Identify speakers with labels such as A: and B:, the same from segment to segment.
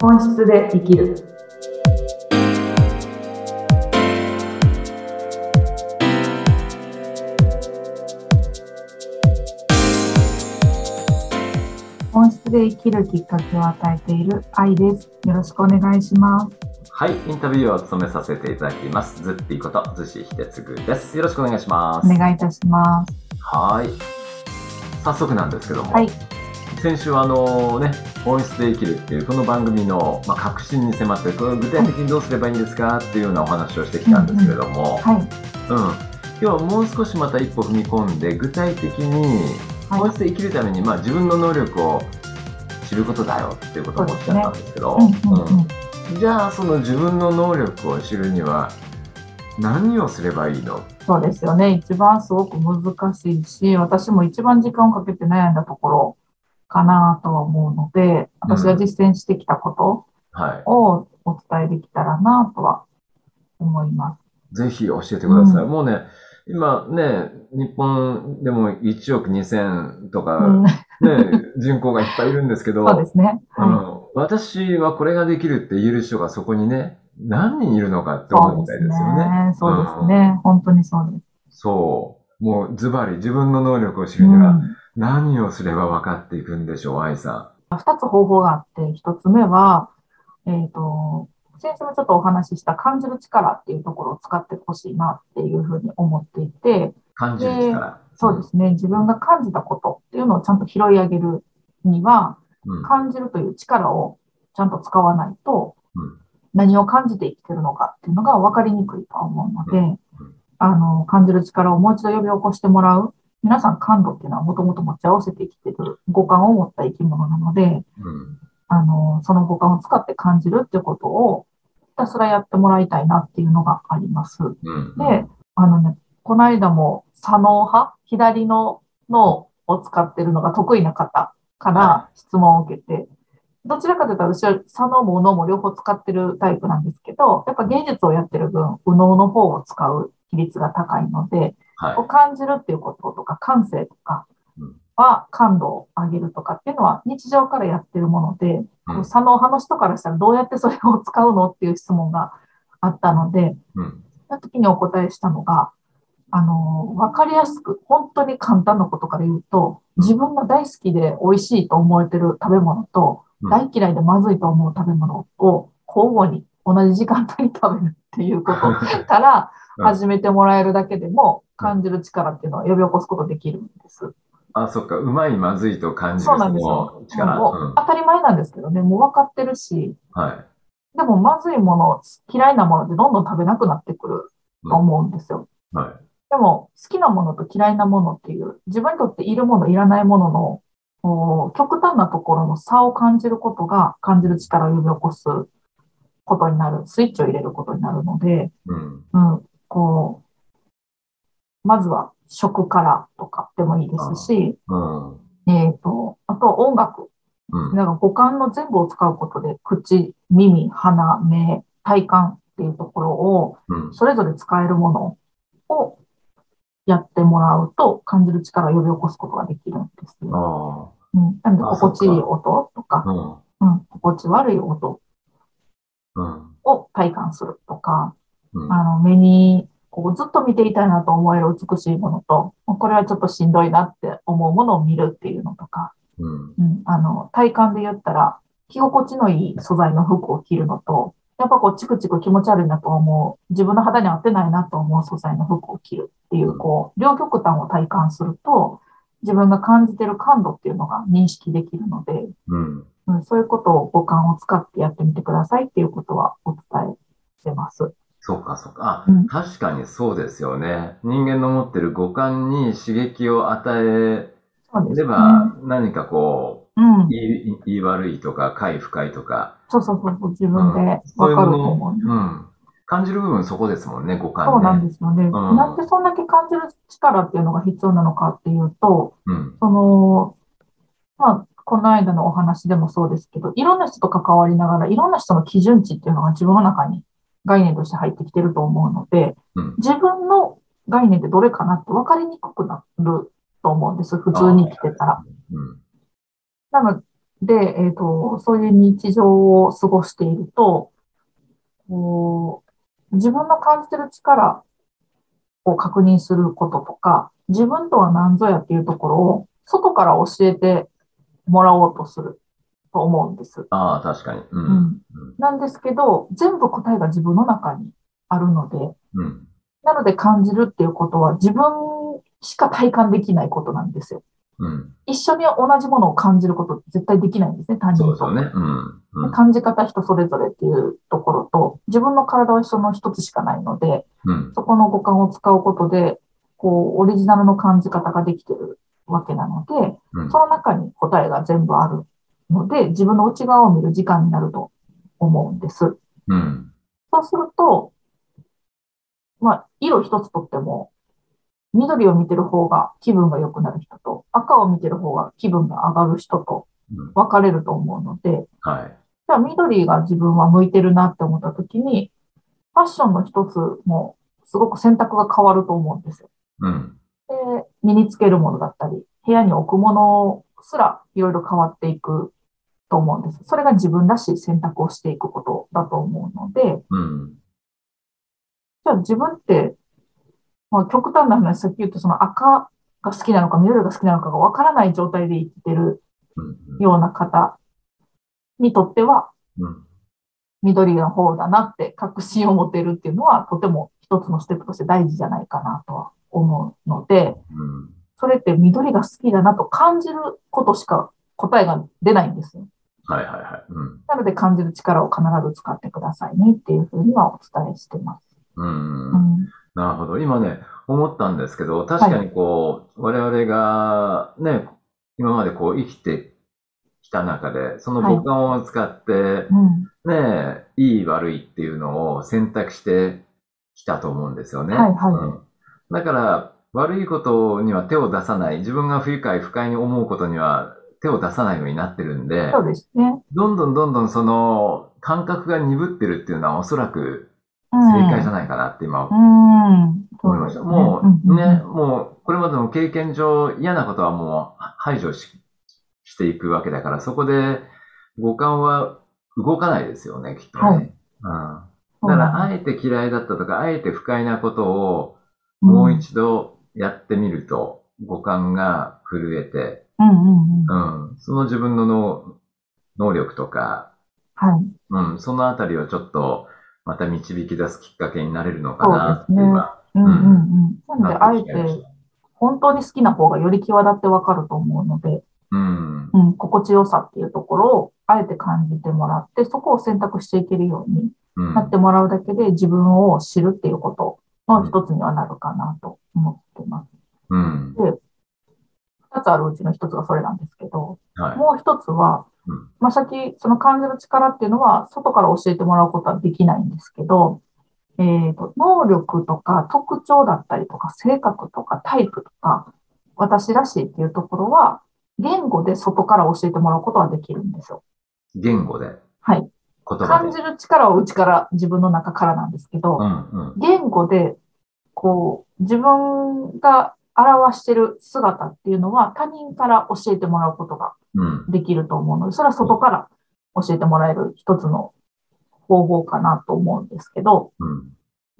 A: 本質で生きる。本質で生きるきっかけを与えている愛です。よろしくお願いします。
B: はい、インタビューを務めさせていただきます。ズッピーこと、ズシヒデツグです。よろしくお願いします。
A: お願いいたします。
B: はい。早速なんですけども、
A: はい、
B: 先週はあのね、本質で生きるっていう、この番組の、まあ、革新に迫って、これ具体的にどうすればいいんですかっていうようなお話をしてきたんですけども、
A: はい、
B: うん。今日はもう少しまた一歩踏み込んで、具体的に
A: はい
B: 本質で生きるために、まあ、自分の能力を知ることだよっていうことをおっしゃったんですけど、
A: うんうん
B: う
A: うんん、
B: じゃあその自分の能力を知るには何をすればいいの
A: そうですよね。一番すごく難しいし、私も一番時間をかけて悩んだところかなとは思うので、私が実践してきたこ
B: は
A: とをお伝えできたらなとは思います。
B: い。ぜひ教えてください。
A: うん
B: もうね、今ね、日本でも1億2000と
A: う
B: か、
A: ん、
B: ね
A: そ、
B: 人口がいっぱいいるんですけど、
A: うですね。
B: あ
A: は
B: の、私はこれができるって言える人がそこにね、何人いるのかっ
A: い、
B: て思う
A: そう
B: みた
A: で
B: い
A: す
B: ですよね。
A: ね。そうですね。本当にそうです。
B: そう。もうズバリ自分の能力を知
A: う
B: るには
A: ん、
B: 何をすれば分かっていくんでしょう、愛さ
A: 二つ方法があって、一つ目は、えっ、と、先週もちょっとお話しした感じる力っていうところを使ってほしいなっていうふうに思っていて、
B: ん。感じる力。
A: そうですね。自分が感じたことっていうのをちゃんと拾い上げるには、
B: うん。うん。
A: 感じるという力をちゃんと使わないと
B: うん、
A: 何を感じて生きてるのかっていうのが分かりにくいとは思うので、あの、感じる力をもう一度呼び起こしてもらう。皆さん感度っていうのはもともと持ち合わせて生きてる五感を持った生き物なので、
B: うん
A: あの、その五感を使って感じるっていうことをひたすらやってもらいたいなっていうのがあります。
B: うん
A: で、あのね、この間も左脳派、左の脳を使ってるのが得意な方から
B: は
A: 質問を受けて、どちらかというと、私は左脳も右脳も両方使ってるタイプなんですけど、やっぱ芸術をやってる分、右脳の方を使う比率が高いので、
B: はい
A: こう感じるっていうこととか感性とか
B: うん
A: は感度を上げるとかっていうのは日常からやってるもので、こ
B: う
A: うん左脳派の人からしたらどうやってそれを使うのっていう質問があったので、
B: うん
A: その時にお答えしたのが、あの、わかりやすく、本当に簡単なことから言うと、自分が大好きで美味しいと思えてる食べ物と、
B: うん
A: 大嫌いでまずいと思う食べ物を交互に同じ時間帯に食べるっていう ことから
B: うん
A: 始めてもらえるだけでも、
B: うん
A: 感じる力っていうのを呼び起こすことできるんです。
B: あ、そっか、うまい、まずいと感じる
A: そうなんです
B: そ
A: よ
B: の。力。
A: もう
B: うん
A: 当たり前なんですけどね、もう分かってるし、
B: はい。
A: でもまずいもの、嫌いなものってどんどん食べなくなってくると思うんですよ。
B: は
A: でも、好きなものと嫌いなものっていう、自分にとっているもの、いらないものの、こう極端なところの差を感じることが、感じる力を呼び起こすことになる、スイッチを入れることになるので、
B: い。うん。
A: うん、こう、まずは食からとかでもいいですし、
B: うん。
A: えっ、と、あと音楽。
B: うん。
A: なんか五感の全部を使うことで、口、耳、鼻、目、体感っていうところを、
B: うん。
A: それぞれ使えるものをやってもらうと、感じる力を呼び起こすことができるんですよ。
B: あ
A: うん、なので、
B: あ
A: 心地いい音とか、
B: あ。
A: うん、心地悪い音
B: うん。うん。
A: を体感するとか、
B: うん。
A: あの、目に、こう、ずっと見ていたいなと思える美しいものと、これはちょっとしんどいなって思うものを見るっていうのとか、
B: うん。
A: うん、あの、体感で言ったら、着心地のいい素材の服を着るのと、やっぱこう、チクチク気持ち悪いなと思う、自分の肌に合ってないなと思う素材の服を着るっていう、こう、両極端を体感すると、自分が感じてる感度っていうのが認識できるので、
B: うん。
A: うん、そういうことを五感を使ってやってみてくださいっていうことはお伝えしてます。
B: そうか、そうか。あ
A: うん、
B: 確かにそうですよね。人間の持ってる五感に刺激を与え
A: そうです
B: れば、何かこ
A: うん
B: う、いい、いい悪いとか、快不快とか、
A: そうそうそうそう、自
B: う
A: 分
B: ん
A: で
B: そうい
A: わ
B: う
A: かると
B: も
A: 思う。
B: の、うん。感じる部分そこですもんね、五感ね。
A: そうなんですよね。なんでそんだけ感じる力っていうのが必要なのかっていうと、
B: うん。
A: その、まあ、この間のお話でもそうですけど、いろんな人と関わりながら、いろんな人の基準値っていうのが自分の中に概念として入ってきてると思うので、
B: うん
A: 自分の概念ってどれかなって分かりにくくなると思うんです、普通に生きてたら。
B: うん。
A: なので、で、えっ、と、そういう日常を過ごしていると、こう自分の感じてる力を確認することとか、自分とは何ぞやっていうところを、外から教えてもらおうとすると思うんです。
B: ああ、確かに。う。
A: うんん。なんですけど、全部答えが自分の中にあるので、
B: うん。
A: なので感じるっていうことは自分しか体感できないことなんですよ。
B: うん。
A: 一緒に同じものを感じることって絶対できないんですね、他人
B: そう
A: と。
B: ですよね。うん。うん
A: 感じ方人それぞれっていうところと、自分の体は一緒の一つしかないので、
B: うん。
A: そこの五感を使うことで、こう、オリジナルの感じ方ができてるわけなので、
B: うん
A: その中に答えが全部あるので、自分の内側を見る時間になると思うんです。
B: うん。
A: そうすると、まあ、色一つとっても、緑を見てる方が気分が良くなる人と、赤を見てる方が気分が上がる人と
B: うん
A: 分かれると思うので、
B: はい。
A: じゃあ緑が自分は向いてるなって思った時に、ファッションの一つもすごく選択が変わると思うんですよ。
B: うん。
A: で、身につけるものだったり、部屋に置くものすらいろいろ変わっていくと思うんです。それが自分らしい選択をしていくことだと思うので、
B: うん。
A: じゃあ自分って、まあ、極端な話、さっき言ったその赤が好きなのか緑が好きなのかがわからない状態で生きてる
B: うん。
A: ような方にとっては、
B: うん。
A: 緑の方だなって確信を持てるっていうのは、とても一つのステップとして大事じゃないかなとは思うので、
B: うん。
A: それって緑が好きだなと感じることしか答えが出ないんですよ。
B: はいはいはい。うん。
A: なので感じる力を必ず使ってくださいねっていうふうにはお伝えしてます。
B: うん
A: う。ん。
B: なるほど。今ね、思ったんですけど、確かにこう、我々がね、今までこう生きてきた中で、その
A: はい
B: 五感を使って、
A: うん。
B: ね、いい悪いっていうのを選択してきたと思うんですよね。
A: はいはい
B: うんだから、悪いことには手を出さない、自分が不愉快、不快に思うことには手を出さないようになってるんで、
A: そうですね。
B: どんどんどんどんその感覚が鈍ってるっていうのはおそらく
A: うん
B: 正解じゃないかなって今
A: うん。
B: 思いました。
A: そうですね
B: も
A: ん
B: う、
A: ん
B: ね、もう、これまでの経験上嫌なことはもう排除ししていくわけだから、そこで五感は動かないですよね、きっとね。
A: はい
B: うん、だから、あえて嫌いだったとか、あえて不快なことをもう一度やってみると、五感が震えて、
A: うんうんうん。
B: うん、その自分の能能力とか、
A: はい。
B: うん、そのあたりをちょっとまた導き出すきっかけになれるのかなっ
A: そ
B: て
A: うですね
B: 今、
A: うんうんうん。なので、あ
B: な
A: え、
B: ってきちゃいまして
A: 本当に好きな方がより際立ってわかると思うので、
B: うん、
A: うん、心地よさっていうところを、あえて感じてもらって、そこを選択していけるように
B: うん
A: なってもらうだけで、自分を知るっていうことの一つにはなるかなと思ってます。
B: うん。
A: 二つあるうちの一つがそれなんですけど、
B: はい。
A: もう一つは
B: うん、
A: まあ、さっき、その感じる力っていうのは、外から教えてもらうことはできないんですけど、えっ、と、能力とか特徴だったりとか、性格とかタイプとか、私らしいっていうところは、言語で外から教えてもらうことはできるんですよ。
B: 言語で。
A: はい。
B: 言葉
A: 感
B: で。
A: じる力は内から、自分の中からなんですけど、
B: うんうん。
A: 言語で、こう、自分が表してる姿っていうのは、他人から教えてもらうことが
B: うん。
A: できると思うので、それは外から教えてもらえる一つの方法かなと思うんですけど、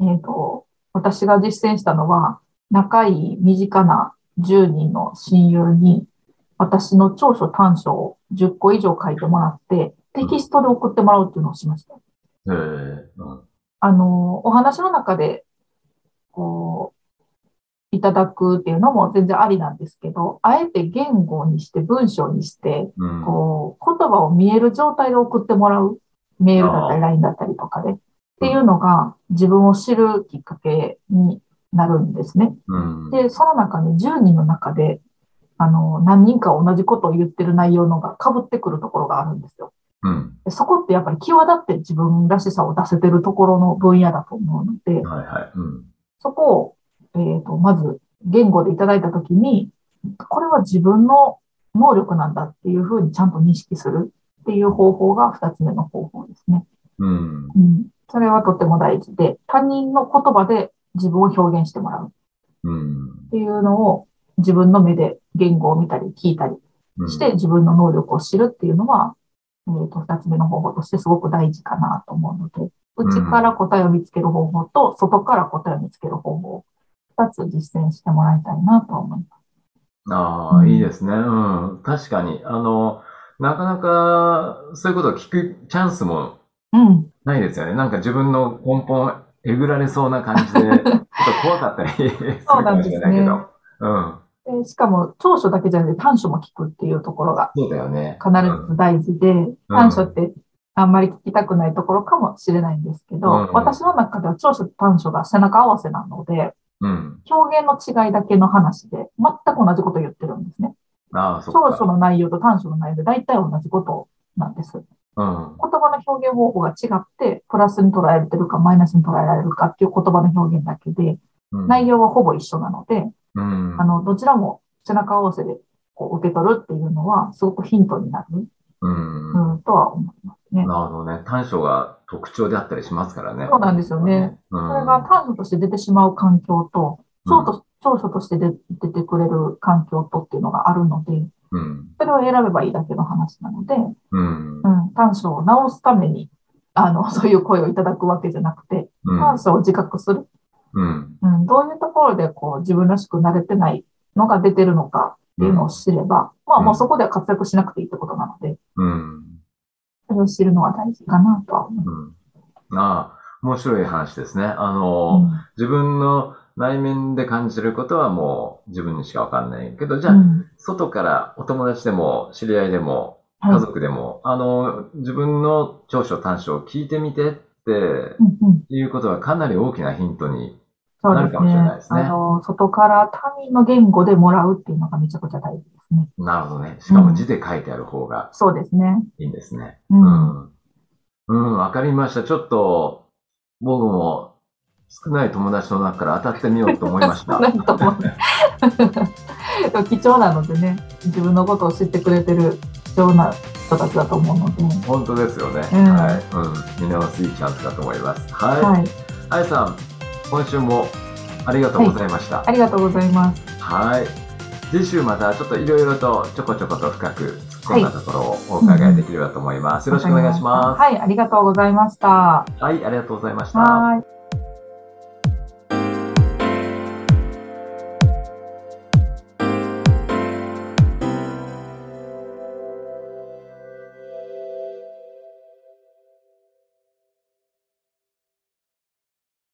B: うん。
A: えっ、と、私が実践したのは、仲いい身近な10人の親友に、私の長所短所を10個以上書いてもらって、テキストで送ってもらうっていうのをしました。
B: へえ。うん。
A: あの、お話の中で、こう、いただくっていうのも全然ありなんですけど、あえて言語にして文章にして、
B: うん。
A: こう、言葉を見える状態で送ってもらう。メールだった
B: あー
A: り、LINE だったりとかで。っていうのが、自分を知るきっかけになるんですね。
B: うん。
A: で、その中に10人の中で、あの、何人か同じことを言ってる内容のが被ってくるところがあるんですよ。
B: うん。
A: でそこってやっぱり際立って自分らしさを出せてるところの分野だと思うので、
B: はいはい。うん。
A: そこを、えー、と、まず言語でいただいたときに、これは自分の能力なんだっていうふうにちゃんと認識するっていう方法が二つ目の方法ですね。
B: うん。
A: うん。それはとても大事で、他人の言葉で自分を表現してもらう
B: う
A: っ
B: ん。
A: ていうのを自分の目で言語を見たり聞いたり
B: うん
A: して自分の能力を知るっていうのは、えっ、と、二つ目の方法としてすごく大事かなと思うので、内から答えを見つける方法と、外から答えを見つける方法、二つ実践してもらいたいなと思います。
B: ああ、
A: うん
B: いいですね。うん。確かに。あの、なかなか、そういうことを聞くチャンスも
A: うん。
B: ないですよね。なんか自分の根本、えぐられそうな感 じで、ちょっと怖かったりするかもしれないけど。うん。
A: でしかも、長所だけじゃなくて短所も聞くっていうところが
B: そうだよね。
A: 必ず大事で、短所ってあんまり聞きたくないところかもしれないんですけど、
B: うんうん
A: 私の中では長所と短所が背中合わせなので、
B: うん。
A: 表現の違いだけの話で、全く同じこと言ってるんですね。
B: ああ、そっ
A: 長所
B: か。
A: の内容と短所の内容で大体同じことなんです。言
B: うん。
A: 葉の表現方法が違って、プラスに捉えられてるかマイナスに捉えられるかっていう言葉の表現だけで、
B: うん
A: 内容はほぼ一緒なので、
B: うん。
A: あの、どちらも背中合わせでこう受け取るっていうのは、すごくヒントになる、
B: うん。
A: うん、とは思いますね。
B: なるほどね。短所が特徴であったりしますからね。
A: そうなんですよね。
B: うん。
A: それが短所として出てしまう環境と、長と長所として出出てくれる環境とっていうのがあるので、
B: うん。
A: それを選べばいいだけの話なので、う
B: うん。
A: ん、短所を直すために、あの、そういう声をいただくわけじゃなくて、
B: うん。
A: 短所を自覚する。
B: うん。
A: うん、どういうところでこう自分らしくなれてないのが出てるのかっていうのを知れば、まあもうそこでは活躍しなくていいってことなので、
B: うん。
A: それを知るのは大事かなとは思います。
B: うん。ああ、面白い話ですね。あの、自分の内面で感じることはもう自分にしかわかんないけど、じゃあ、
A: うん
B: 外からお友達でも、知り合いでも、
A: はい
B: 家族でも、あの、自分の長所短所を聞いてみてって
A: うんうん
B: いうことはかなり大きなヒントに。
A: そう
B: な
A: で
B: る
A: す
B: かもしれない
A: ね。
B: ですね
A: あの、外から他人の言語でもらうっていうのがめちゃくちゃ大事ですね。
B: なるほどね。しかも字で書いてある方が
A: そうですね。
B: いいんですね。
A: う。
B: うんん。うん、わかりました。ちょっと、僕も少ない友達の中から当たってみようと思いまし た。
A: ないと思う。で も貴重なのでね、自分のことを知ってくれてる貴重な人たちだと思うので。
B: 本当ですよね。
A: うん
B: はい。うん。見直すいいチャンスだと思います。は
A: はい。
B: い。あやさん、今週もありがとうございました。
A: ありがとうございます。
B: はい。次週またちょっといろいろとちょこちょこと深く突っ込んだところをお伺いできればと思います。よろしくお願いしま
A: はい、ありがとうございました。
B: す。はい、ありがとうございました。
A: はーい。